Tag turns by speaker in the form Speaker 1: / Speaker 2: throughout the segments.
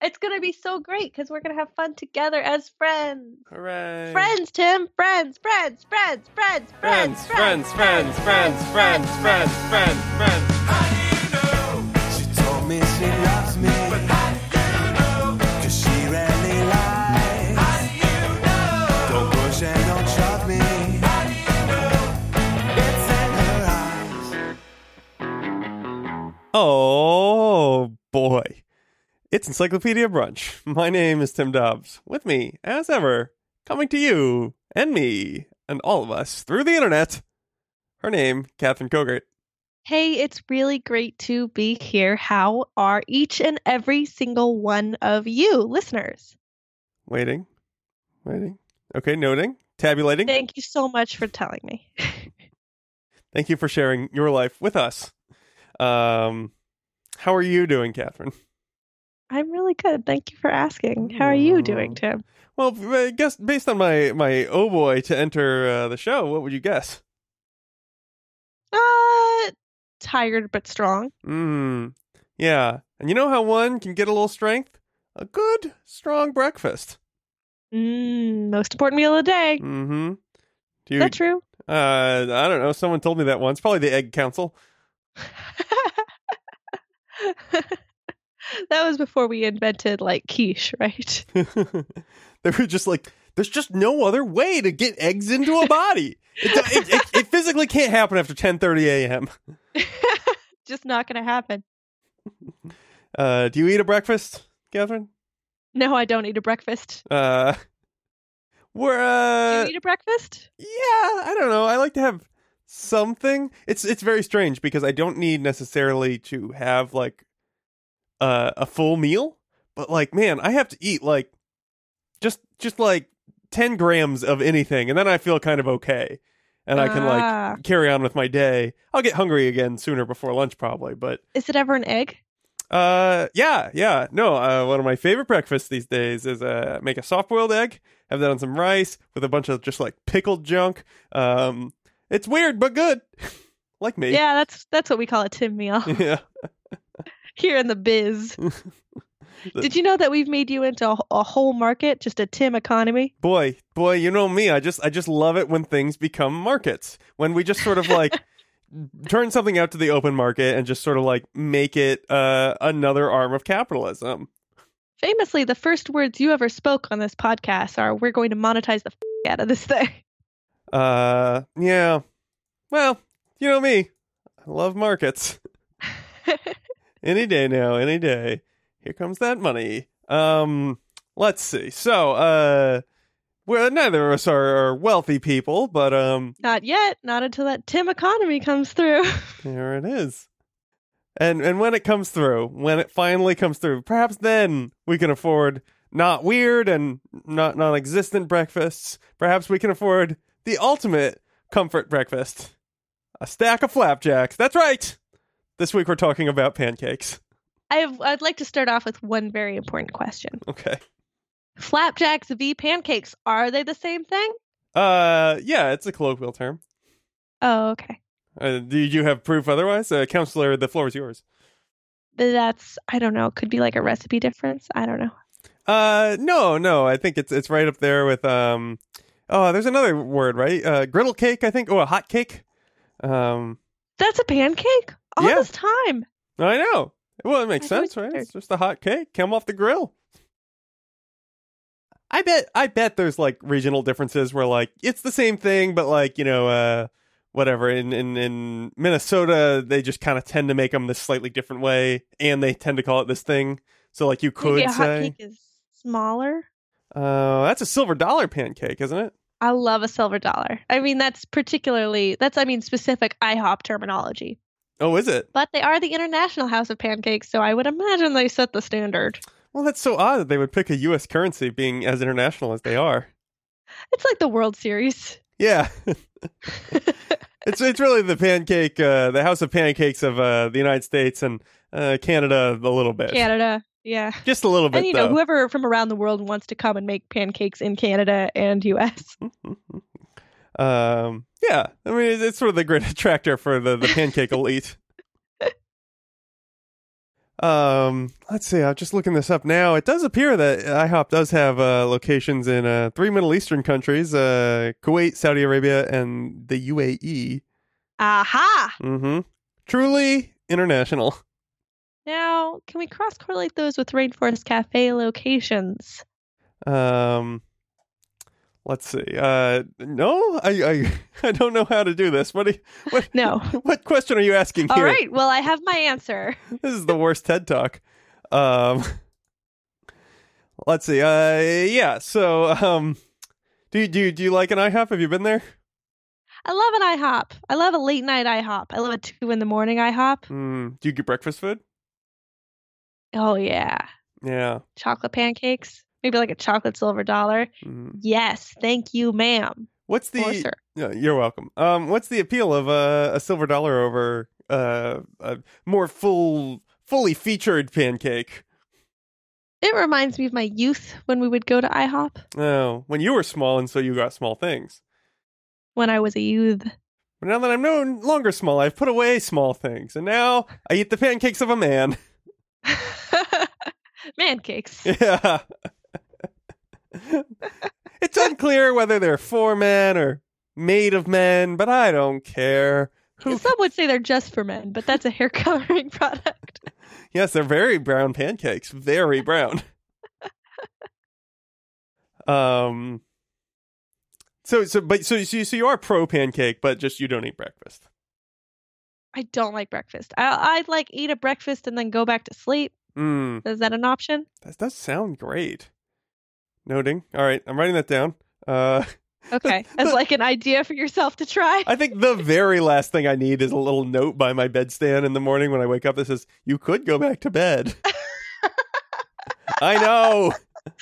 Speaker 1: It's going to be so great because we're going to have fun together as friends.
Speaker 2: Hooray.
Speaker 1: Friends, Tim. Friends, friends, friends, friends, friends,
Speaker 2: friends, friends, friends, friends, friends, friends, friends.
Speaker 3: She told me she loves me. But how do you know? Cause she rarely lies. How do you know? Don't push and don't shove me. How do you know? It's in her eyes.
Speaker 2: Oh boy. It's Encyclopedia Brunch. My name is Tim Dobbs. With me, as ever, coming to you and me and all of us through the internet. Her name, Catherine Kogert.
Speaker 1: Hey, it's really great to be here. How are each and every single one of you listeners?
Speaker 2: Waiting. Waiting. Okay, noting. Tabulating.
Speaker 1: Thank you so much for telling me.
Speaker 2: Thank you for sharing your life with us. Um, how are you doing, Catherine?
Speaker 1: I'm really good. Thank you for asking. How are you doing,
Speaker 2: Mm.
Speaker 1: Tim?
Speaker 2: Well, I guess based on my my oh boy to enter uh, the show, what would you guess?
Speaker 1: Uh, tired but strong.
Speaker 2: Mm, yeah. And you know how one can get a little strength? A good, strong breakfast.
Speaker 1: Mm, most important meal of the day.
Speaker 2: Mm-hmm.
Speaker 1: Is
Speaker 2: Dude,
Speaker 1: that true?
Speaker 2: uh, I don't know. Someone told me that once. Probably the Egg Council.
Speaker 1: that was before we invented like quiche, right?
Speaker 2: they were just like, there's just no other way to get eggs into a body. It, it, it, it physically can't happen after 10.30 a.m.
Speaker 1: Just not going to happen.
Speaker 2: Uh, do you eat a breakfast, Catherine?
Speaker 1: No, I don't eat a breakfast.
Speaker 2: Uh, we're,
Speaker 1: Do
Speaker 2: uh...
Speaker 1: you eat a breakfast?
Speaker 2: Yeah, I don't know. I like to have something. It's it's very strange because I don't need necessarily to have like uh, a full meal, but like man, I have to eat like just just like 10 grams of anything and then I feel kind of okay. And I can like
Speaker 1: Ah.
Speaker 2: carry on with my day. I'll get hungry again sooner before lunch probably, but
Speaker 1: Is it ever an egg?
Speaker 2: uh yeah, yeah. No, uh one of my favorite breakfasts these days is uh make a soft boiled egg, have that on some rice with a bunch of just like pickled junk. Um it's weird but good. like me.
Speaker 1: Yeah, that's that's what we call a Tim meal
Speaker 2: Yeah.
Speaker 1: here in the biz. Did you know that we've made you into a, a whole market, just a Tim economy?
Speaker 2: Boy, boy, you know me. I just I just love it when things become markets. When we just sort of like turn something out to the open market and just sort of like make it uh another arm of capitalism.
Speaker 1: Famously, the first words you ever spoke on this podcast are "We're going to monetize the f- out of this thing."
Speaker 2: Uh yeah. Well, you know me. I love markets. any day now any day here comes that money um let's see so uh well neither of us are, are wealthy people but um
Speaker 1: not yet. Not until that Tim economy comes through.
Speaker 2: there it is and and when it comes through when it finally comes through perhaps then we can afford not weird and not non-existent breakfasts perhaps we can afford the ultimate comfort breakfast a stack of flapjacks that's right this week we're talking about pancakes
Speaker 1: I have, I'd like to start off with one very important question:
Speaker 2: okay
Speaker 1: Flapjacks v pancakes are they the same thing?
Speaker 2: Uh, yeah, it's a colloquial term.
Speaker 1: Oh, okay.
Speaker 2: Uh, do you have proof otherwise? Uh, counselor, the floor is yours.
Speaker 1: That's I don't know. Could be like a recipe difference. I don't know.
Speaker 2: Uh, no, no, I think it's it's right up there with um. Oh, there's another word, right? Uh, griddle cake, I think. Oh, a hot cake. Um,
Speaker 1: That's a pancake all
Speaker 2: Yeah.
Speaker 1: this time.
Speaker 2: I know. Well, it makes
Speaker 1: I thought
Speaker 2: sense, right?
Speaker 1: you-
Speaker 2: It's just a hot cake come off the grill. I bet. I bet there's like regional differences where like it's the same thing, but like you know, uh, whatever. In in in Minnesota, they just kind of tend to make them this slightly different way, and they tend to call it this thing. So like you could
Speaker 1: Maybe a hot
Speaker 2: say,
Speaker 1: cake is smaller.
Speaker 2: uh, that's a silver dollar pancake, isn't it?
Speaker 1: I love a silver dollar. I mean, that's particularly that's I mean specific IHOP terminology.
Speaker 2: Oh, is it?
Speaker 1: But they are the international house of pancakes, so I would imagine they set the standard.
Speaker 2: Well, that's so odd that they would pick a U.S. currency being as international as they are.
Speaker 1: It's like the World Series.
Speaker 2: Yeah. it's it's really the pancake, uh, the House of Pancakes of uh, the United States and uh, Canada a little bit,
Speaker 1: Canada. Yeah.
Speaker 2: just a little bit
Speaker 1: and you know,
Speaker 2: though.
Speaker 1: whoever from around the world wants to come and make pancakes in Canada and US.
Speaker 2: Mm. um, yeah, I mean it's, it's sort of the great attractor for the the pancake elite. Um, let's see. I'm just looking this up now. It does appear that IHOP does have uh, locations in uh, three Middle Eastern countries: uh, Kuwait, Saudi Arabia, and the UAE.
Speaker 1: Aha!
Speaker 2: Mm-hmm. Truly international.
Speaker 1: Now, can we cross correlate those with Rainforest Cafe locations?
Speaker 2: Um, let's see. Uh, no, I, I I don't know how to do this. What do you- what
Speaker 1: No.
Speaker 2: what question are you asking
Speaker 1: All
Speaker 2: here?
Speaker 1: right. Well, I have my answer.
Speaker 2: This is the worst TED talk. Um, let's see. Uh, yeah. So, um, do you- do you- do you like an IHOP? Have you been there?
Speaker 1: I love an IHOP. I love a late night IHOP. I love a two in the morning IHOP.
Speaker 2: Mm, do you get breakfast food?
Speaker 1: Oh yeah,
Speaker 2: Yeah.
Speaker 1: chocolate pancakes. Maybe like a chocolate silver dollar.
Speaker 2: Mm.
Speaker 1: Yes, thank you, ma'am.
Speaker 2: What's the?
Speaker 1: Or sir.
Speaker 2: Yeah, you're welcome. Um, what's the appeal of uh, a silver dollar over uh, a more full, fully featured pancake?
Speaker 1: It reminds me of my youth when we would go to IHOP
Speaker 2: Oh, when you were small, and so you got small things.
Speaker 1: when I was a youth.
Speaker 2: But now that I'm no longer small, I've put away small things, and now I eat the pancakes of a man.
Speaker 1: Man cakes.
Speaker 2: Yeah. it's unclear whether they're for men or made of men, but I don't care. Who?
Speaker 1: Some would say they're just for men, but that's a hair coloring product.
Speaker 2: Yes, they're very brown pancakes. Very brown. um. So so but so so you- so you are pro pancake, but just you don't eat breakfast.
Speaker 1: I don't like breakfast. I, I'd like eat a breakfast and then go back to sleep.
Speaker 2: Mm,
Speaker 1: Is that an option?
Speaker 2: that does sound great. Noting. All right, I'm writing that down. Uh,
Speaker 1: Okay, as like an idea for yourself to try.
Speaker 2: I think the very last thing I need is a little note by my bedstand in the morning when I wake up that says, "You could go back to bed." I know.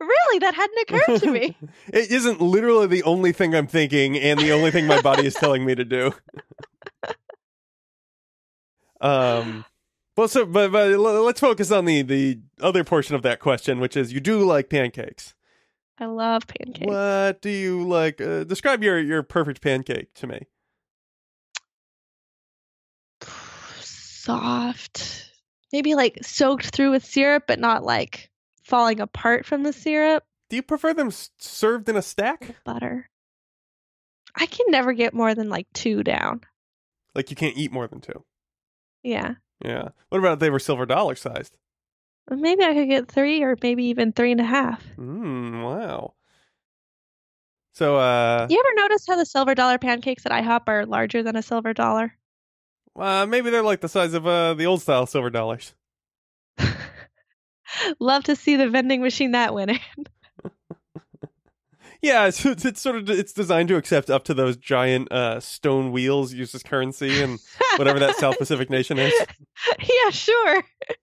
Speaker 1: really, that hadn't occurred to me.
Speaker 2: It isn't literally the only thing I'm thinking and the only thing my body is telling me to do. Um well so but, but l- let's focus on the the other portion of that question which is you do like pancakes.
Speaker 1: I love pancakes.
Speaker 2: What do you like uh, describe your your perfect pancake to me.
Speaker 1: Soft. Maybe like soaked through with syrup, but not like falling apart from the syrup.
Speaker 2: Do you prefer them s- served in a stack?
Speaker 1: Butter. I can never get more than like two down.
Speaker 2: Like you can't eat more than two.
Speaker 1: Yeah.
Speaker 2: Yeah. What about if they were silver dollar sized?
Speaker 1: Maybe I could get three or maybe even three and a half.
Speaker 2: Mm, wow. So uh
Speaker 1: You ever notice how the silver dollar pancakes at IHOP are larger than a silver dollar?
Speaker 2: Uh, maybe they're like the size of uh, the old style silver dollars.
Speaker 1: Love to see the vending machine that went in.
Speaker 2: Yeah, it's, it's, it's sort of it's designed to accept up to those giant uh, stone wheels used as currency and whatever that South Pacific nation is.
Speaker 1: yeah, sure.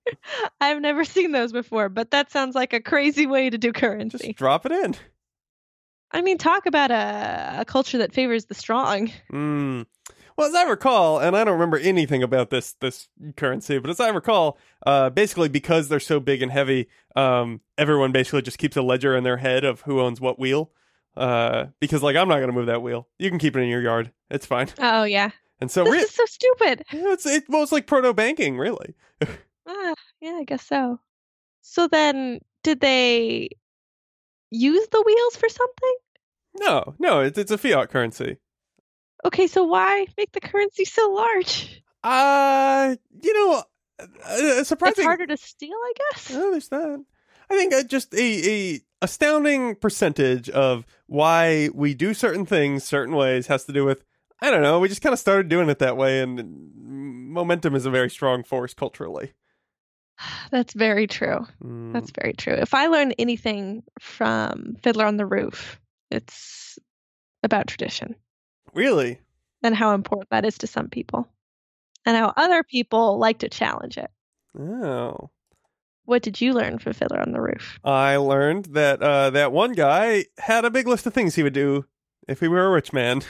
Speaker 1: I've never seen those before, but that sounds like a crazy way to do
Speaker 2: Just
Speaker 1: currency.
Speaker 2: drop it in.
Speaker 1: I mean, talk about a, a culture that favors the strong.
Speaker 2: Mm. Well, as I recall, and I don't remember anything about this this currency, but as I recall, uh, basically because they're so big and heavy, um, everyone basically just keeps a ledger in their head of who owns what wheel. Uh, because like I'm not gonna move that wheel. You can keep it in your yard. It's fine.
Speaker 1: Oh, yeah.
Speaker 2: And so
Speaker 1: this
Speaker 2: re-
Speaker 1: is so stupid.
Speaker 2: Yeah, it's it, well, it's like proto banking, really.
Speaker 1: Ah, yeah, I guess so. So then, did they use the wheels for something?
Speaker 2: No, no, it's it's a fiat currency.
Speaker 1: Okay, so why make the currency so large?
Speaker 2: Uh, you know, uh, uh,
Speaker 1: It's
Speaker 2: surprising.
Speaker 1: harder to steal, I guess.
Speaker 2: Oh, there's that. I think uh, just a, a astounding percentage of why we do certain things certain ways has to do with I don't know. We just kind of started doing it that way, and mm, momentum is a very strong force culturally.
Speaker 1: That's very true.
Speaker 2: Mm.
Speaker 1: That's very true. If I learn anything from Fiddler on the Roof, it's about tradition
Speaker 2: really
Speaker 1: and how important that is to some people and how other people like to challenge it.
Speaker 2: oh.
Speaker 1: What did you learn from Fiddler on the Roof?
Speaker 2: I learned that uh, that one guy had a big list of things he would do if he were a rich man.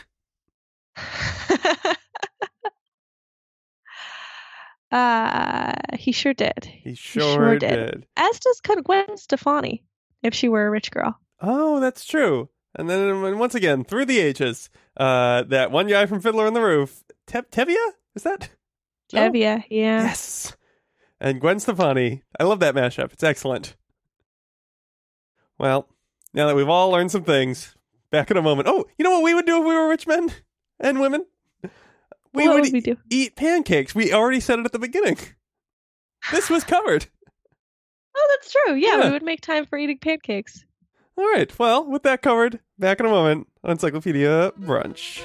Speaker 1: uh, he sure did.
Speaker 2: He sure,
Speaker 1: sure
Speaker 2: did.
Speaker 1: did. As does kind of Gwen Stefani if she were a rich girl.
Speaker 2: Oh, that's true. And then and once again, through the ages, uh, that one guy from Fiddler on the Roof, Te- Tevia, is that?
Speaker 1: Jevia, yeah.
Speaker 2: Yes. And Gwen Stefani. I love that mashup. It's excellent. Well, now that we've all learned some things, back in a moment. Oh, you know what we would do if we were rich men and women? We
Speaker 1: what
Speaker 2: would, e
Speaker 1: would we do?
Speaker 2: eat pancakes. We already said it at the beginning. This was covered.
Speaker 1: Oh, that's true. Yeah,
Speaker 2: Yeah.
Speaker 1: we would make time for eating pancakes.
Speaker 2: All right. Well, with that covered, back in a moment on Encyclopedia Brunch.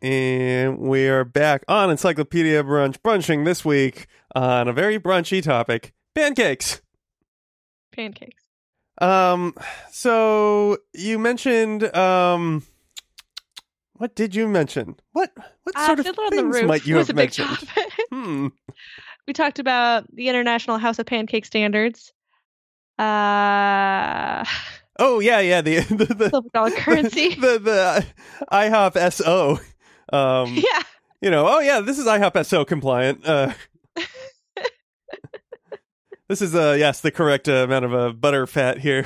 Speaker 2: And we are back on Encyclopedia Brunch, brunching this week on a very brunchy topic pancakes.
Speaker 1: Pancakes.
Speaker 2: Um, so you mentioned, um, what did you mention? What, what
Speaker 1: Uh,
Speaker 2: sort of
Speaker 1: Fiddler on the
Speaker 2: things
Speaker 1: Roof
Speaker 2: might you
Speaker 1: was a
Speaker 2: have
Speaker 1: big
Speaker 2: mentioned?
Speaker 1: topic.
Speaker 2: Hmm.
Speaker 1: we talked about the International House of Pancake Standards. Uh,
Speaker 2: Oh, yeah, yeah. The, the, the,
Speaker 1: silver dollar currency.
Speaker 2: the, the uh, IHOP SO. Um,
Speaker 1: yeah.
Speaker 2: you know, oh yeah, this is IHOP SO compliant. Uh, this is uh yes, the correct uh, amount of uh, butter fat here.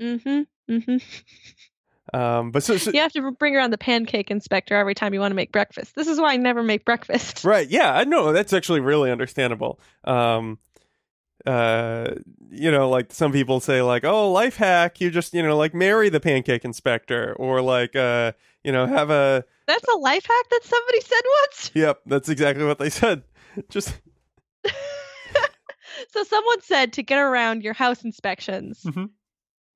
Speaker 1: Mm-hmm. Mm-hmm.
Speaker 2: Um, but so, so-
Speaker 1: You have to bring around the pancake inspector every time you want to make breakfast. This is why I never make breakfast.
Speaker 2: right, yeah, I know that's actually really understandable. Um, uh, you know, like some people say, like, oh, life hack, you just you know, like marry the pancake inspector, or like uh, you know, have a
Speaker 1: That's a life hack that somebody said once.
Speaker 2: yep, that's exactly what they said. Just
Speaker 1: So someone said to get around your house inspections,
Speaker 2: Mhm.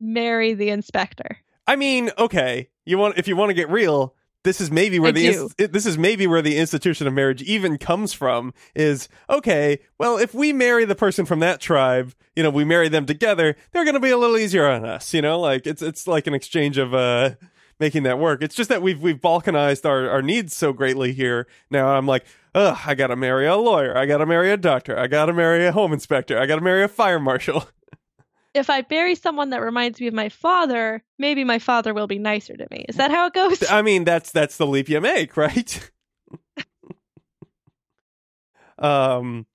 Speaker 1: marry the inspector.
Speaker 2: I mean, okay, you want if you want to get real, this is maybe where
Speaker 1: I
Speaker 2: the
Speaker 1: do.
Speaker 2: inst- this is maybe where the institution of marriage even comes from is okay. Well, if we marry the person from that tribe, you know, we marry them together, they're going to be a little easier on us, you know, like it's it's like an exchange of uh making that work. It's just that we've we've balkanized our our needs so greatly here. Now I'm like, ugh, I got to marry a lawyer, I got to marry a doctor, I got to marry a home inspector, I got to marry a fire marshal.
Speaker 1: If I bury someone that reminds me of my father, maybe my father will be nicer to me. Is that how it goes?
Speaker 2: I mean, that's that's the leap you make, right? um.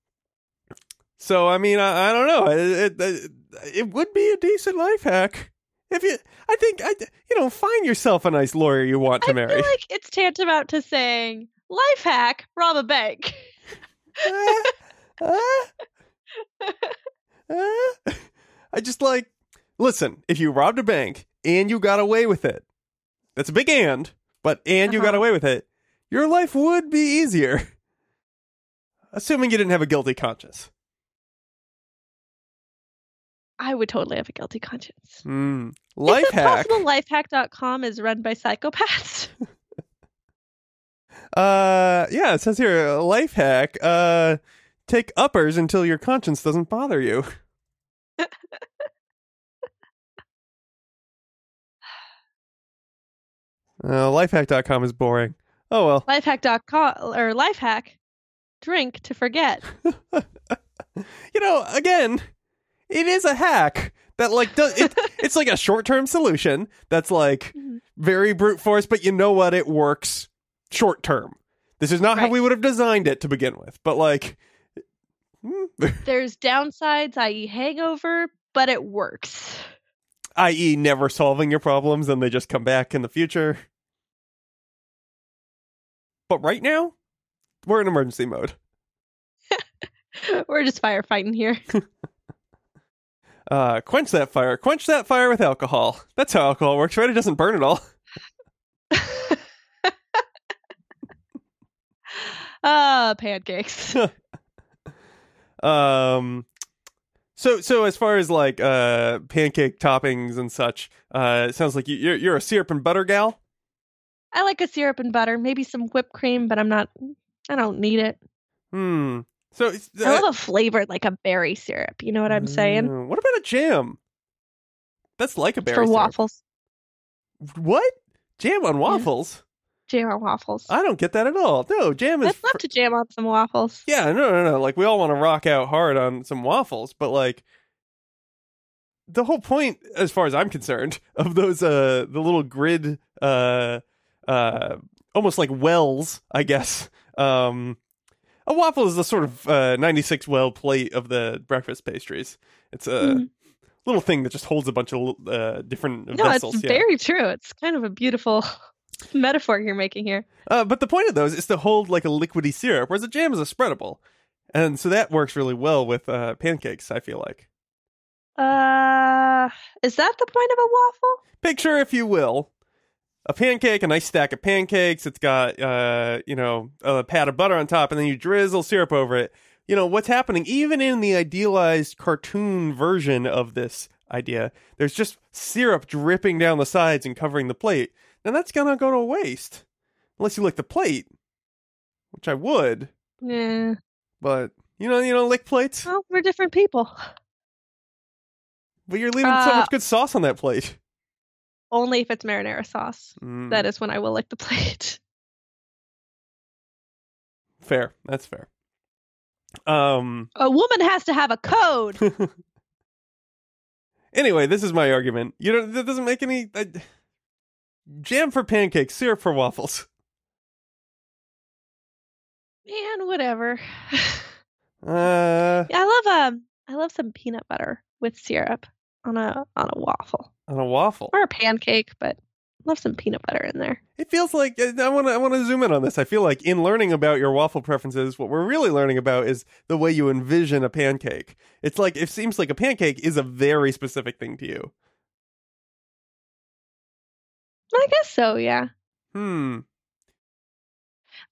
Speaker 2: So I mean, I, I don't know. It, it, it would be a decent life hack if you. I think I. You know, find yourself a nice lawyer you want to
Speaker 1: I
Speaker 2: marry.
Speaker 1: feel like it's tantamount to saying life hack, rob a bank.
Speaker 2: Ah, ah, ah. I just like listen. If you robbed a bank and you got away with it, that's a big and. But and you got
Speaker 1: Uh-huh.
Speaker 2: away with it, your life would be easier, assuming you didn't have a guilty conscience.
Speaker 1: I would totally have a guilty conscience.
Speaker 2: Hmm. Life
Speaker 1: is it
Speaker 2: hack.
Speaker 1: possible lifehack.com is run by psychopaths?
Speaker 2: Uh, yeah, it says here uh, life hack. Uh, take uppers until your conscience doesn't bother you. uh, lifehack.com is boring. Oh well.
Speaker 1: lifehack.com or lifehack drink to forget.
Speaker 2: You know, again, it is a hack that like does it, it's like a short-term solution that's like
Speaker 1: Mhm.
Speaker 2: very brute force, but you know what? It works short term. This is not how
Speaker 1: Right.
Speaker 2: we would have designed it to begin with, but like hmm.
Speaker 1: There's downsides, i.e., hangover, but it works.
Speaker 2: i.e., E never solving your problems and they just come back in the future. But right now, we're in emergency mode.
Speaker 1: We're just firefighting here.
Speaker 2: Uh, quench that fire. Quench that fire with alcohol. That's how alcohol works, right? It doesn't burn at all.
Speaker 1: Ah, pancakes.
Speaker 2: Um, so so as far as like uh pancake toppings and such, uh, it sounds like you, you're you're a syrup and butter gal.
Speaker 1: I like a syrup and butter, maybe some whipped cream, but I'm not. I don't need it.
Speaker 2: Hmm. So it's-
Speaker 1: I love a flavor like a berry syrup. You know what I'm saying?
Speaker 2: Mm, What about a jam? That's like a berry
Speaker 1: For
Speaker 2: syrup.
Speaker 1: waffles,
Speaker 2: What jam on waffles?
Speaker 1: jam on waffles.
Speaker 2: I don't get that at all. No, jam is
Speaker 1: I'd love to jam on some waffles.
Speaker 2: Yeah, no, no, no. Like we all want to rock out hard on some waffles, but like the whole point, as far as I'm concerned, of those uh the little grid uh uh almost like wells, I guess. Um a waffle is the sort of uh, 96 well plate of the breakfast pastries. It's a
Speaker 1: Mhm.
Speaker 2: little thing that just holds a bunch of uh, different
Speaker 1: No,
Speaker 2: vessels.
Speaker 1: it's
Speaker 2: yeah.
Speaker 1: very true. It's kind of a beautiful metaphor you're making here.
Speaker 2: Uh, but the point of those is to hold like a liquidy syrup, whereas a jam is a spreadable, and so that works really well with uh, pancakes. I feel like
Speaker 1: Uh, is that the point of a waffle?
Speaker 2: picture, if you will, a pancake, a nice stack of pancakes. It's got uh, you know a pat of butter on top, and then you drizzle syrup over it. You know what's happening? Even in the idealized cartoon version of this idea, there's just syrup dripping down the sides and covering the plate, and that's gonna go to waste unless you lick the plate, which I would.
Speaker 1: Yeah.
Speaker 2: But you know, you don't lick plates.
Speaker 1: Well, we're different people.
Speaker 2: But you're leaving so
Speaker 1: Uh,
Speaker 2: much good sauce on that plate.
Speaker 1: Only if it's marinara sauce.
Speaker 2: Mm,
Speaker 1: That is when I will lick the plate.
Speaker 2: fair. That's fair. Um.
Speaker 1: A woman has to have a code.
Speaker 2: Anyway, this is my argument. You know, that doesn't make any I, jam for pancakes, syrup for waffles.
Speaker 1: Man, whatever.
Speaker 2: Uh,
Speaker 1: I love um I love some peanut butter with syrup on a on a waffle
Speaker 2: on a waffle.
Speaker 1: or a pancake, but love some peanut butter in there.
Speaker 2: It feels like uh, I want to. I want to zoom in on this. I feel like in learning about your waffle preferences, what we're really learning about is the way you envision a pancake. It's like it seems like a pancake is a very specific thing to you.
Speaker 1: I guess so, yeah.
Speaker 2: Hmm.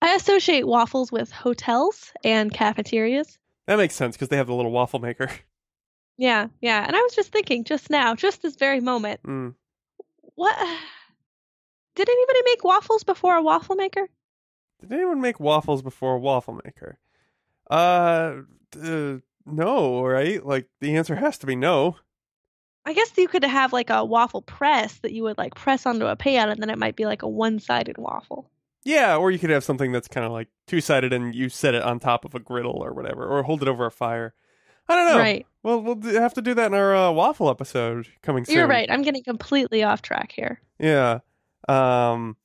Speaker 1: I associate waffles with hotels and cafeterias.
Speaker 2: That makes sense because they have the little waffle maker.
Speaker 1: Yeah, yeah. And I was just thinking just now, just this very moment,
Speaker 2: Mm.
Speaker 1: what did anybody make waffles before a waffle maker?
Speaker 2: Did anyone make waffles before a waffle maker? Uh, uh, no, right? Like the answer has to be no.
Speaker 1: I guess you could have like a waffle press that you would like press onto a pan and then it might be like a one-sided waffle.
Speaker 2: Yeah, or you could have something that's kind of like two sided, and you set it on top of a griddle or whatever, or hold it over a fire. I don't know.
Speaker 1: Right.
Speaker 2: Well, we'll d- have to do that in our uh, waffle episode coming soon.
Speaker 1: You're right. I'm getting completely off track here.
Speaker 2: Yeah. Um,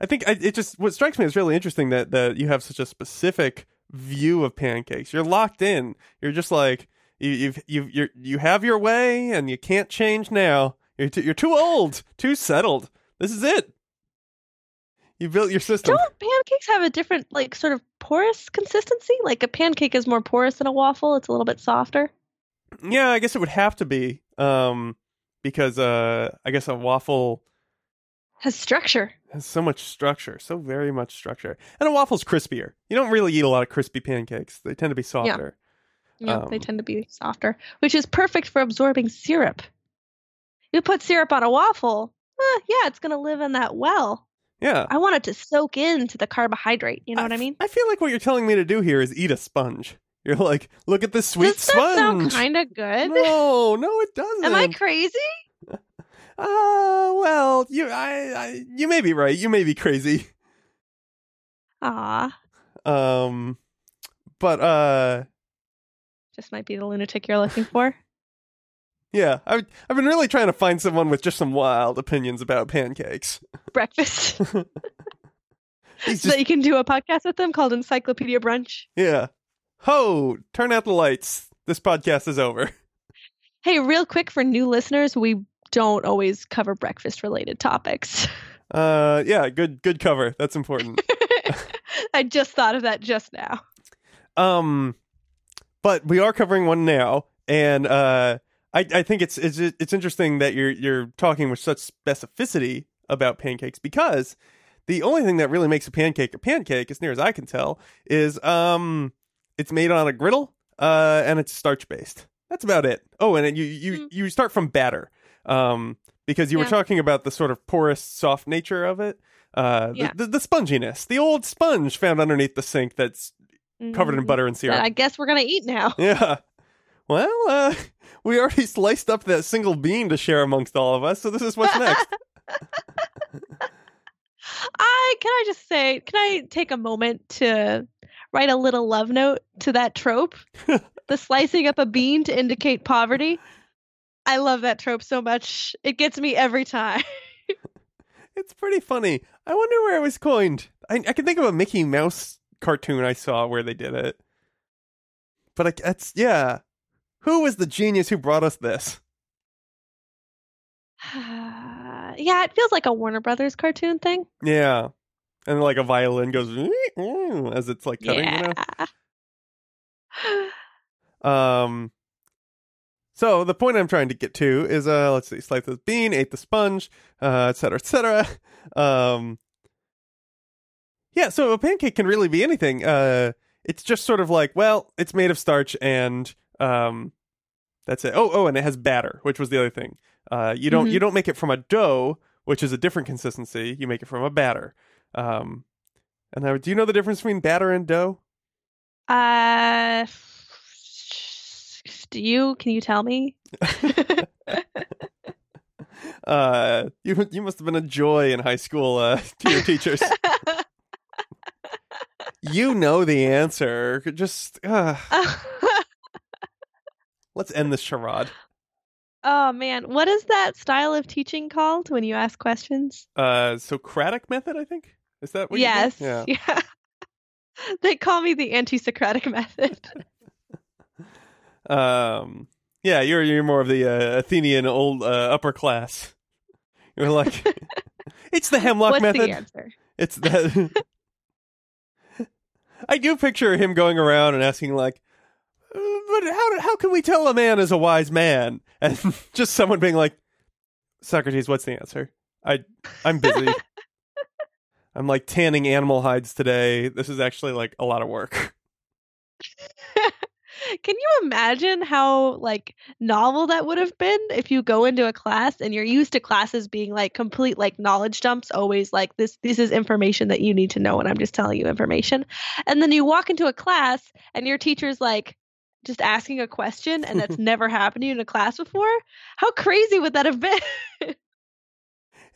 Speaker 2: I think I, it just what strikes me is really interesting that that you have such a specific view of pancakes. You're locked in. You're just like you you've, you've you're you have your way and you can't change now. You're too, you're too old, too settled. This is it. You built your system.
Speaker 1: Don't pancakes have a different, like, sort of porous consistency? Like, a pancake is more porous than a waffle. It's a little bit softer.
Speaker 2: Yeah, I guess it would have to be um because uh I guess a waffle
Speaker 1: Has structure.
Speaker 2: has so much structure, so very much structure. And a waffle's crispier. You don't really eat a lot of crispy pancakes. They tend to be softer.
Speaker 1: Yeah, they
Speaker 2: Um,
Speaker 1: tend to be softer, which is perfect for absorbing syrup. You put syrup on a waffle. eh, yeah, it's going to live in that well.
Speaker 2: Yeah.
Speaker 1: I want it to soak into the carbohydrate. You know what I
Speaker 2: Uh, f-
Speaker 1: mean?
Speaker 2: I feel like what you're telling me to do here is eat a sponge. You're like, look at this sweet
Speaker 1: Does that sound
Speaker 2: sponge.
Speaker 1: kind of good?
Speaker 2: no, no, it doesn't.
Speaker 1: Am I crazy?
Speaker 2: Uh, well, you, I, I, you may be right. You may be crazy.
Speaker 1: Ah,
Speaker 2: Um, but uh,
Speaker 1: just might be the lunatic you're looking for.
Speaker 2: yeah, I, I've been really trying to find someone with just some wild opinions about pancakes.
Speaker 1: Breakfast.
Speaker 2: He's
Speaker 1: so that
Speaker 2: just,
Speaker 1: you can do a podcast with them called Encyclopedia Brunch.
Speaker 2: yeah. Ho! Turn out the lights. This podcast is over.
Speaker 1: Hey, real quick for new listeners, we don't always cover breakfast related topics.
Speaker 2: Uh, yeah, good, good cover. That's important.
Speaker 1: I just thought of that just now.
Speaker 2: Um, but we are covering one now, and uh, I I think it's it's it's interesting that you're you're talking with such specificity about pancakes because the only thing that really makes a pancake a pancake, as near as I can tell, is um, it's made on a griddle, uh, and it's starch based. That's about it. Oh, and it, you you
Speaker 1: Hmm.
Speaker 2: you start from batter, um, because you were
Speaker 1: Yeah.
Speaker 2: talking about the sort of porous, soft nature of it. Uh, the-
Speaker 1: Yeah.
Speaker 2: the, the sponginess, the old sponge found underneath the sink that's covered in
Speaker 1: Mm,
Speaker 2: butter and syrup.
Speaker 1: I guess we're gonna eat now.
Speaker 2: Yeah. Well, uh, we already sliced up that single bean to share amongst all of us, so this is what's next.
Speaker 1: I can I just say, can I take a moment to write a little love note to that trope? the slicing up a bean to indicate poverty. I love that trope so much. It gets me every time.
Speaker 2: It's pretty funny. I wonder where it was coined. I, I can think of a Mickey Mouse cartoon I saw where they did it. But I, that's, yeah. Who was the genius who brought us this?
Speaker 1: yeah, it feels like a Warner Brothers cartoon thing.
Speaker 2: Yeah. And like a violin goes "Ooh," as it's like cutting, you know?
Speaker 1: yeah.
Speaker 2: Um, so the point I'm trying to get to is, uh, let's see, sliced this bean, ate the sponge, uh, et cetera, et cetera. Um, yeah, so a pancake can really be anything. Uh, it's just sort of like, well, it's made of starch and, um, that's it. Oh, oh, and it has batter, which was the other thing. Uh, you don't,
Speaker 1: Mhm.
Speaker 2: you don't make it from a dough, which is a different consistency. You make it from a batter. Um, and I, do you know the difference between batter and dough?
Speaker 1: Uh, do you? Can you tell me?
Speaker 2: uh, you you must have been a joy in high school uh, to your teachers. you know the answer. Just uh, let's end this charade.
Speaker 1: Oh man, what is that style of teaching called when you ask questions?
Speaker 2: Uh, Socratic method, I think. Is that what? you
Speaker 1: yes.
Speaker 2: did? Yeah.
Speaker 1: yeah. they call me the anti-Socratic method.
Speaker 2: Um. Yeah, you're you're more of the uh, Athenian old uh, upper class. You're like, it's the hemlock
Speaker 1: What's
Speaker 2: method.
Speaker 1: the answer?
Speaker 2: It's that. I do picture him going around and asking, like, "Uh, but how how can we tell a man is a wise man? And just someone being like, Socrates, what's the answer? I I'm busy. I'm like tanning animal hides today. This is actually like a lot of work.
Speaker 1: Can you imagine how like novel that would have been if you go into a class and you're used to classes being like complete like knowledge dumps always like this this is information that you need to know and I'm just telling you information. And then you walk into a class and your teacher's like just asking a question and that's never happened to you in a class before. How crazy would that have been?
Speaker 2: It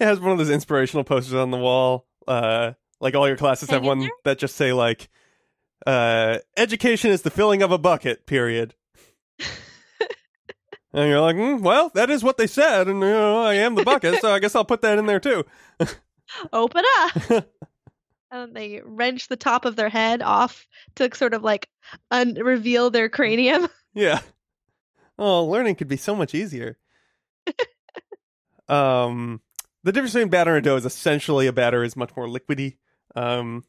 Speaker 2: has one of those inspirational posters on the wall. Uh, like all your classes
Speaker 1: Hang
Speaker 2: have
Speaker 1: in
Speaker 2: one
Speaker 1: there?
Speaker 2: that just say like, uh, "Education is the filling of a bucket." Period. and you're like, mm, "Well, that is what they said, and you know, I am the bucket, so I guess I'll put that in there too."
Speaker 1: Open up. And they wrench the top of their head off to sort of like un- reveal their cranium.
Speaker 2: Yeah. Oh, learning could be so much easier. um, the difference between batter and dough is essentially a batter is much more liquidy. Um,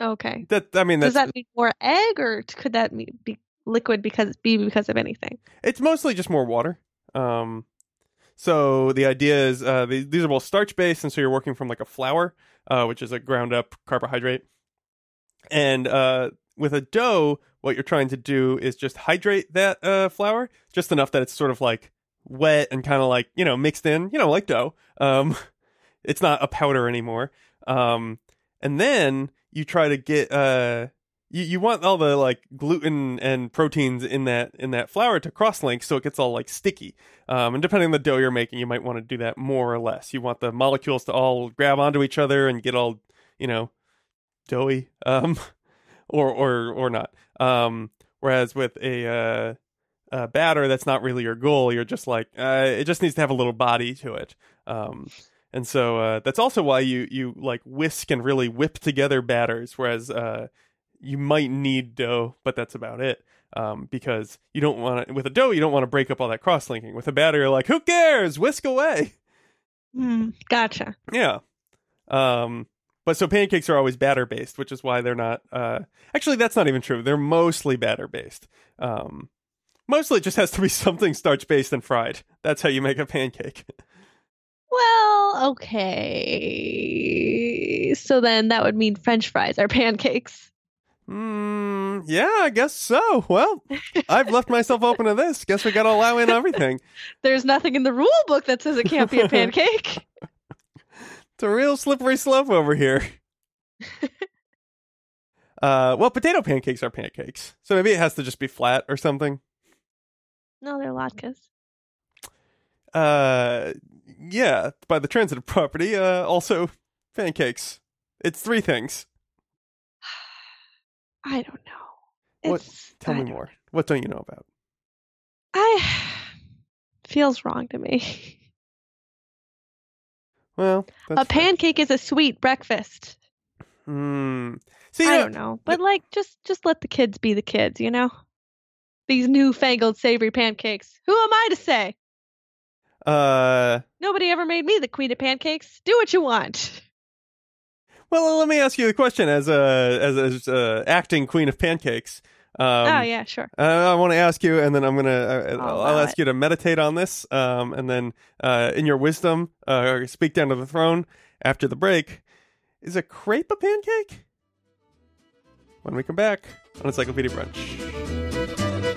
Speaker 1: Okay.
Speaker 2: that I mean, that's
Speaker 1: Does that mean more egg, or t- could that me- be liquid because be because of anything?
Speaker 2: It's mostly just more water. Um, so the idea is uh, these, these are both starch based, and so you're working from like a flour, uh, which is a ground up carbohydrate. And uh, with a dough, what you're trying to do is just hydrate that uh, flour just enough that it's sort of like wet and kind of like you know mixed in, you know, like dough. Um, it's not a powder anymore. Um, and then you try to get uh, you, you want all the like gluten and proteins in that in that flour to cross link so it gets all like sticky um, and depending on the dough you're making you might want to do that more or less you want the molecules to all grab onto each other and get all you know doughy um, or or or not um, whereas with a uh, a batter that's not really your goal you're just like uh, it just needs to have a little body to it um, and so uh, that's also why you you like whisk and really whip together batters whereas uh, you might need dough, but that's about it. Um, because you don't want to, with a dough, you don't want to break up all that cross linking. With a batter, you're like, who cares? Whisk away.
Speaker 1: Hmm. Gotcha.
Speaker 2: Yeah. Um, but so pancakes are always batter based, which is why they're not, uh, actually, that's not even true. They're mostly batter based. Um, mostly it just has to be something starch based and fried. That's how you make a pancake.
Speaker 1: Well, okay. So then that would mean French fries are pancakes.
Speaker 2: Mm, yeah, I guess so. Well, I've left myself open to this. Guess we got to allow in everything.
Speaker 1: There's nothing in the rule book that says it can't be a pancake.
Speaker 2: It's a real slippery slope over here. Uh, well, potato pancakes are pancakes, so maybe it has to just be flat or something.
Speaker 1: No, they're latkes.
Speaker 2: Uh, yeah, by the transitive property, uh, also pancakes. It's three things.
Speaker 1: I don't know.
Speaker 2: What-
Speaker 1: It's,
Speaker 2: Tell
Speaker 1: I
Speaker 2: me
Speaker 1: don't-
Speaker 2: more. What don't you know about?
Speaker 1: I feels wrong to me.
Speaker 2: Well, that's
Speaker 1: a pancake is a sweet breakfast.
Speaker 2: fair. Hmm. See,
Speaker 1: I
Speaker 2: you know,
Speaker 1: don't know, but like just just let the kids be the kids, you know. These newfangled savory pancakes. Who am I to say?
Speaker 2: uh,
Speaker 1: Nobody ever made me the queen of pancakes. Do what you want.
Speaker 2: well, let me ask you the question as a as as uh, acting queen of pancakes. Um,
Speaker 1: oh yeah, sure.
Speaker 2: Uh, I want to ask you, and then I'm gonna uh,
Speaker 1: I'll
Speaker 2: I'll,
Speaker 1: allow
Speaker 2: I'll ask
Speaker 1: it.
Speaker 2: you to meditate on this, um, and then uh, in your wisdom, uh, speak down to the throne after the break. Is a crepe a pancake? When we come back on Encyclopedia Brunch.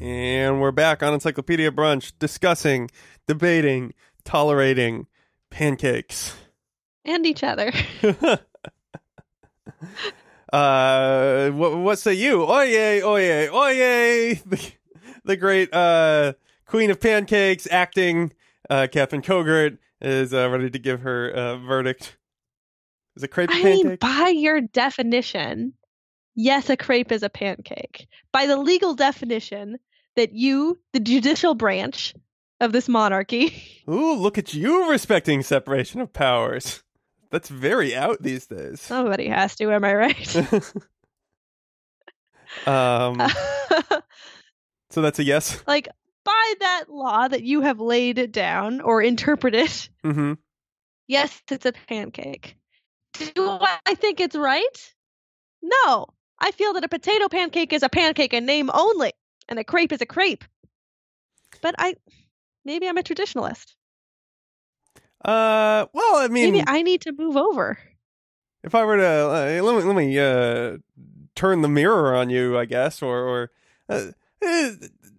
Speaker 2: And we're back on Encyclopedia Brunch discussing, debating, tolerating pancakes.
Speaker 1: And each other.
Speaker 2: uh, what, what say you? Oye, oye, oye! The, the great uh, queen of pancakes acting, uh, Catherine Kogert, is uh, ready to give her uh, verdict. Is it crepe a
Speaker 1: I
Speaker 2: pancake?
Speaker 1: mean, by your definition, yes, a crepe is a pancake. By the legal definition that you, the judicial branch of this monarchy,
Speaker 2: Ooh, look at you respecting separation of powers. That's very out these days.
Speaker 1: somebody has to, am I right?
Speaker 2: um,
Speaker 1: Uh.
Speaker 2: so that's a yes.
Speaker 1: like, by that law that you have laid down or interpreted,
Speaker 2: Mm-hmm.
Speaker 1: yes, it's a pancake. Do I think it's right? No. I feel that a potato pancake is a pancake in name only, and a crepe is a crepe. But I, maybe I'm a traditionalist.
Speaker 2: Uh, well, I mean,
Speaker 1: Maybe I need to move over.
Speaker 2: if I were to uh, let me let me uh, turn the mirror on you, I guess, or or uh, eh,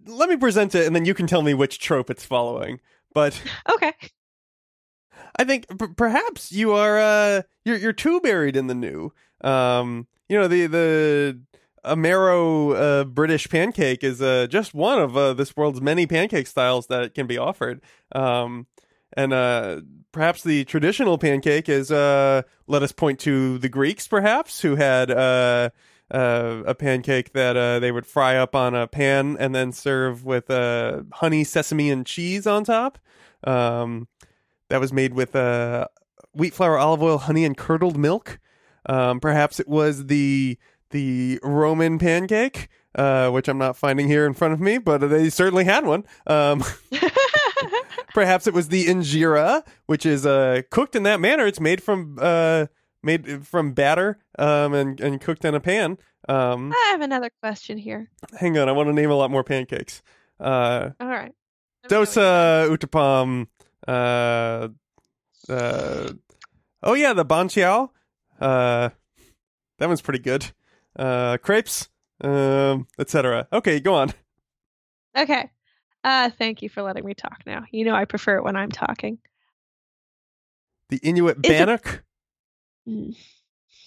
Speaker 2: let me present it, and then you can tell me which trope it's following. But
Speaker 1: Okay.
Speaker 2: I think p- perhaps you are uh, you're you're too buried in the new. Um, you know the the Amaro uh, British pancake is uh, just one of uh, this world's many pancake styles that can be offered. Um, and uh, perhaps the traditional pancake is uh, let us point to the Greeks, perhaps who had uh, uh, a pancake that uh, they would fry up on a pan and then serve with uh, honey, sesame, and cheese on top. Um, that was made with uh, wheat flour, olive oil, honey, and curdled milk. Um, perhaps it was the the Roman pancake, uh, which I'm not finding here in front of me, but they certainly had one. Um, perhaps it was the injera, which is uh, cooked in that manner. It's made from uh, made from batter um, and and cooked in a pan. Um,
Speaker 1: I have another question here.
Speaker 2: hang on, I want to name a lot more pancakes. Uh,
Speaker 1: All right. Let me know what you
Speaker 2: dosa, utapam, uh, uh, oh yeah, the banqiao. Uh, that one's pretty good. Uh, crepes, um, etc. Okay, go on.
Speaker 1: think. Okay. Uh, thank you for letting me talk now. You know I prefer it when I'm talking.
Speaker 2: The Inuit
Speaker 1: It's a-
Speaker 2: bannock,
Speaker 1: Mm.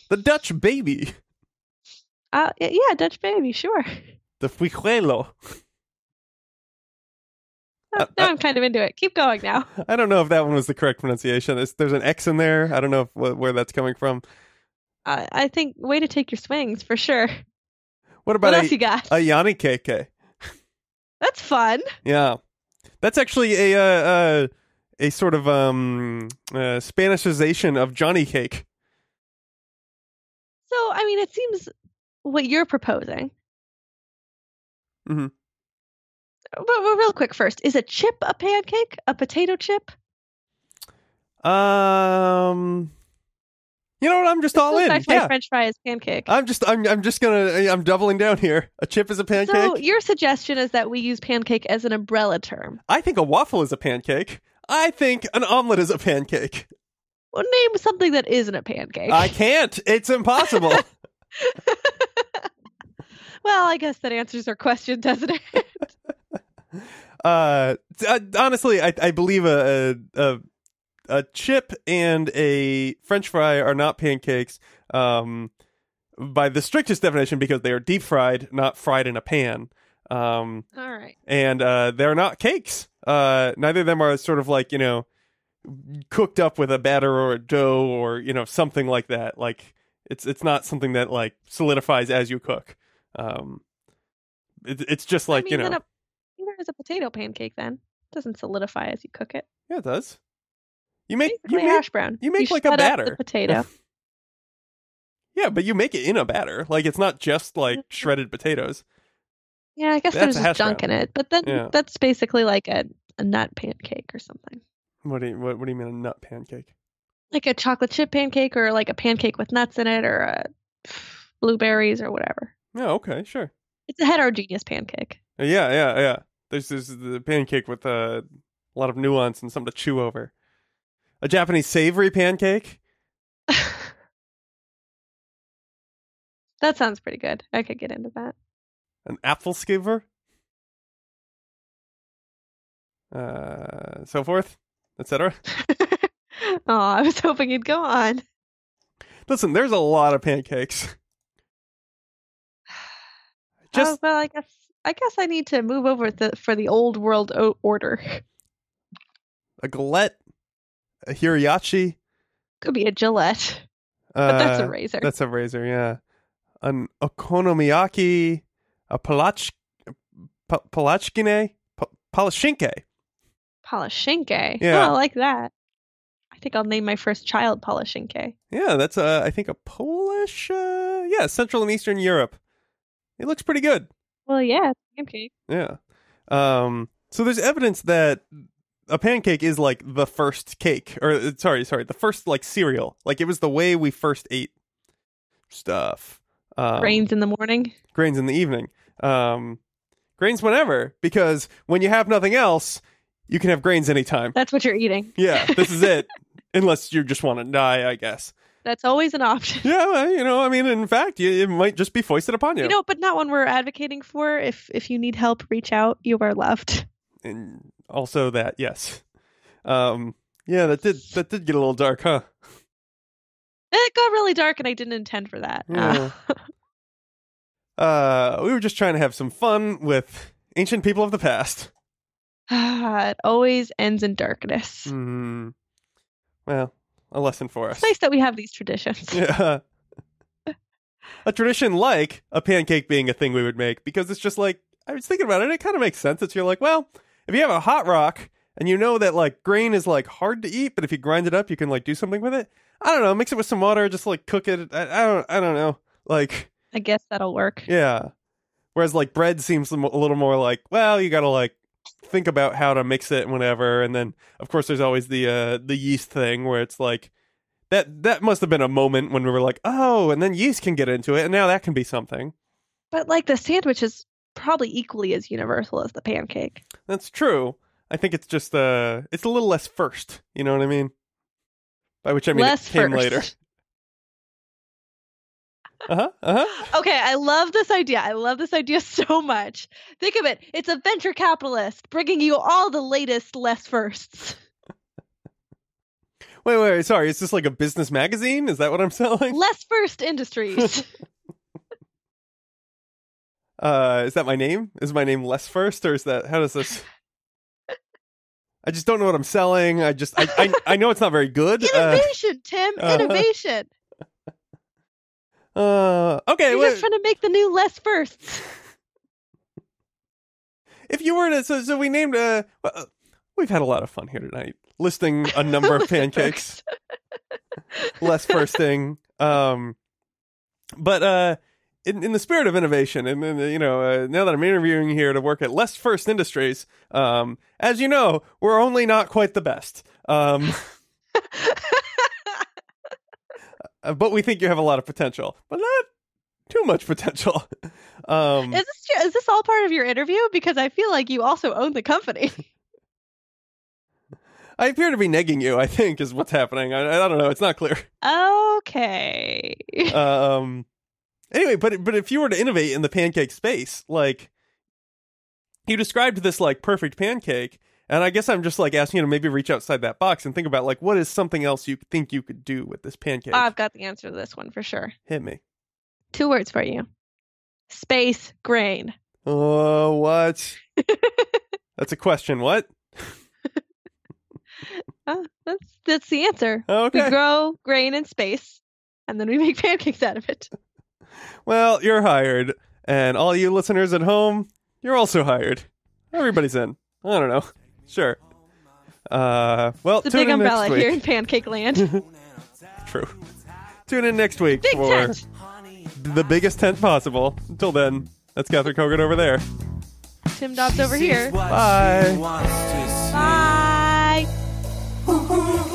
Speaker 2: the Dutch baby,
Speaker 1: Uh, y- yeah, Dutch baby, sure.
Speaker 2: the frijuelo.
Speaker 1: Now
Speaker 2: I- I-
Speaker 1: I'm kind of into it. Keep going now.
Speaker 2: I don't know if that one was the correct pronunciation. There's, there's an X in there. I don't know if, wh- where that's coming from.
Speaker 1: Uh, I think way to take your swings for sure. What
Speaker 2: What about
Speaker 1: else
Speaker 2: a,
Speaker 1: you got?
Speaker 2: a yanni keke?
Speaker 1: That's fun.
Speaker 2: Yeah, that's actually a uh, uh, a sort of um uh, Spanishization of Johnny Cake.
Speaker 1: So I mean, it seems what you're proposing.
Speaker 2: Mhm.
Speaker 1: But, but real quick first, is a chip a pancake? A potato chip?
Speaker 2: Um, you know what? I'm just all
Speaker 1: Goes
Speaker 2: in.
Speaker 1: back to my
Speaker 2: Yeah, Uh,
Speaker 1: French fry is pancake.
Speaker 2: I'm just I'm I'm just gonna I'm doubling down here. A chip is a pancake.
Speaker 1: So your suggestion is that we use pancake as an umbrella term.
Speaker 2: I think a waffle is a pancake. I think an omelet is a pancake.
Speaker 1: Well, name something that isn't a pancake.
Speaker 2: I can't. It's impossible.
Speaker 1: well, I guess that answers our question, doesn't it?
Speaker 2: uh, t- uh, honestly, I, I believe a, a a a chip and a French fry are not pancakes. Um, by the strictest definition, because they are deep fried, not fried in a pan. Um,
Speaker 1: All right.
Speaker 2: and uh, they're not cakes. Uh, neither of them are sort of like you know cooked up with a batter or a dough or you know something like that. Like it's it's not something that like solidifies as you cook. Um, it, it's just
Speaker 1: I
Speaker 2: like
Speaker 1: mean,
Speaker 2: you know,
Speaker 1: then a, either is a potato pancake then. doesn't solidify as you cook it.
Speaker 2: yeah, it does. You make you
Speaker 1: Basically
Speaker 2: make
Speaker 1: hash brown.
Speaker 2: you make like a
Speaker 1: shred up the
Speaker 2: batter.
Speaker 1: potato.
Speaker 2: yeah, but you make it in a batter. Like it's not just like shredded potatoes.
Speaker 1: Yeah, I guess there's
Speaker 2: That's a
Speaker 1: just
Speaker 2: hash
Speaker 1: junk in it. But then
Speaker 2: Yeah.
Speaker 1: that's basically like a, a nut pancake or something.
Speaker 2: What do you what, what do you mean a nut pancake?
Speaker 1: Like a chocolate chip pancake or like a pancake with nuts in it or a blueberries or whatever.
Speaker 2: No, okay, sure. Uh,
Speaker 1: It's a heterogeneous pancake.
Speaker 2: Yeah, yeah, yeah. There's there's the pancake with uh, a lot of nuance and something to chew over. A Japanese savory pancake.
Speaker 1: that sounds pretty good. I could get into that.
Speaker 2: an apple skiver, uh, so forth, etc.
Speaker 1: oh, I was hoping you'd go on.
Speaker 2: Listen, there's a lot of pancakes.
Speaker 1: oh,
Speaker 2: Just
Speaker 1: well, I guess I guess I need to move over the, for the old world o- order.
Speaker 2: a galette, a hiriyachi.
Speaker 1: Could be a Gillette, but that's
Speaker 2: uh,
Speaker 1: a razor.
Speaker 2: That's a razor, yeah. An okonomiyaki, a palach, pa- palachkine, pa- palashinke.
Speaker 1: Polishinke.
Speaker 2: Yeah.
Speaker 1: Oh, I like that. I think I'll name my first child Polishinke.
Speaker 2: Yeah, that's uh, I think a Polish. Uh, yeah, Central and Eastern Europe. It looks pretty good.
Speaker 1: Well, yeah, it's pancake.
Speaker 2: Yeah. Um. So there's evidence that a pancake is like the first cake, or uh, sorry, sorry, the first like cereal. Like it was the way we first ate stuff. Um,
Speaker 1: Grains in the morning.
Speaker 2: grains in the evening. Um, grains whenever, because when you have nothing else, you can have grains anytime.
Speaker 1: That's what you're eating.
Speaker 2: Yeah, this is it. Unless you just want to die, I guess.
Speaker 1: That's always an option.
Speaker 2: Yeah, well, you know, I mean, in fact, you, it might just be foisted upon you.
Speaker 1: You know, but not one we're advocating for. If if you need help, reach out. You are loved.
Speaker 2: and also that, yes. Um, yeah, that did that did get a little dark, huh?
Speaker 1: It got really dark, and I didn't intend for that. Uh,
Speaker 2: Uh, we were just trying to have some fun with ancient people of the past.
Speaker 1: Ah, it always ends in darkness.
Speaker 2: Mm, well, a lesson for us.
Speaker 1: It's nice that we have these traditions.
Speaker 2: Yeah. a tradition like a pancake being a thing we would make because it's just like I was thinking about it. It kind of makes sense. It's you're like, well, if you have a hot rock and you know that like grain is like hard to eat, but if you grind it up, you can like do something with it. I don't know. Mix it with some water. Just like cook it. I, I don't. I don't know. Like
Speaker 1: I guess that'll work.
Speaker 2: yeah. Whereas like bread seems a mo- a little more like well, you gotta like think about how to mix it and whatever. And then of course there's always the uh, the yeast thing where it's like that that must have been a moment when we were like oh, and then yeast can get into it, and now that can be something.
Speaker 1: But like the sandwich is probably equally as universal as the pancake.
Speaker 2: That's true. I think it's just uh, it's a little less first. You know what I mean? By which I mean
Speaker 1: Less
Speaker 2: it came
Speaker 1: first.
Speaker 2: later. Uh huh. Uh huh.
Speaker 1: Okay, I love this idea. I love this idea so much. Think of it. It's a venture capitalist bringing you all the latest less firsts.
Speaker 2: Wait, wait, wait. Sorry. Is this like a business magazine? Is that what I'm selling?
Speaker 1: Less first industries.
Speaker 2: Uh, is that my name? Is my name less first, or is that how does this? I just don't know what I'm selling. I just I I, I know it's not very good. Uh,
Speaker 1: Innovation, Tim.
Speaker 2: uh-huh.
Speaker 1: Innovation.
Speaker 2: uh, okay,
Speaker 1: You're
Speaker 2: wait,
Speaker 1: just trying to make the new less firsts.
Speaker 2: if you were to so so we named uh, uh, we've had a lot of fun here tonight listing a number of pancakes, less firsting. Um, but uh, in in the spirit of innovation, and, and you know, uh, now that I'm interviewing here to work at Less First Industries, um, as you know, we're only not quite the best. Um. Uh, but we think you have a lot of potential, but not too much potential. Um,
Speaker 1: Is this your- is this all part of your interview? Because I feel like you also own the company.
Speaker 2: I appear to be negging you. I think is what's happening. I, I don't know. It's not clear.
Speaker 1: Okay.
Speaker 2: um. Anyway, but but if you were to innovate in the pancake space, like you described this like perfect pancake, and I guess I'm just like asking you to maybe reach outside that box and think about like what is something else you think you could do with this pancake.
Speaker 1: I've got the answer to this one for sure.
Speaker 2: Hit me.
Speaker 1: Two words for you space grain.
Speaker 2: Oh, what? That's a question. What?
Speaker 1: Ah, that's, that's the answer.
Speaker 2: Oh, Okay.
Speaker 1: We grow grain in space and then we make pancakes out of it.
Speaker 2: Well, you're hired. And all you listeners at home, you're also hired. Everybody's in. I don't know. Sure. Uh, well,
Speaker 1: It's a
Speaker 2: tune
Speaker 1: big
Speaker 2: in
Speaker 1: umbrella
Speaker 2: next week.
Speaker 1: here in pancake land.
Speaker 2: True. Tune in next week
Speaker 1: Big
Speaker 2: for
Speaker 1: tent.
Speaker 2: the biggest tent possible. Until then, that's Catherine Kogan over there.
Speaker 1: Tim Dobbs over here.
Speaker 2: Bye.
Speaker 3: Bye.
Speaker 1: Bye.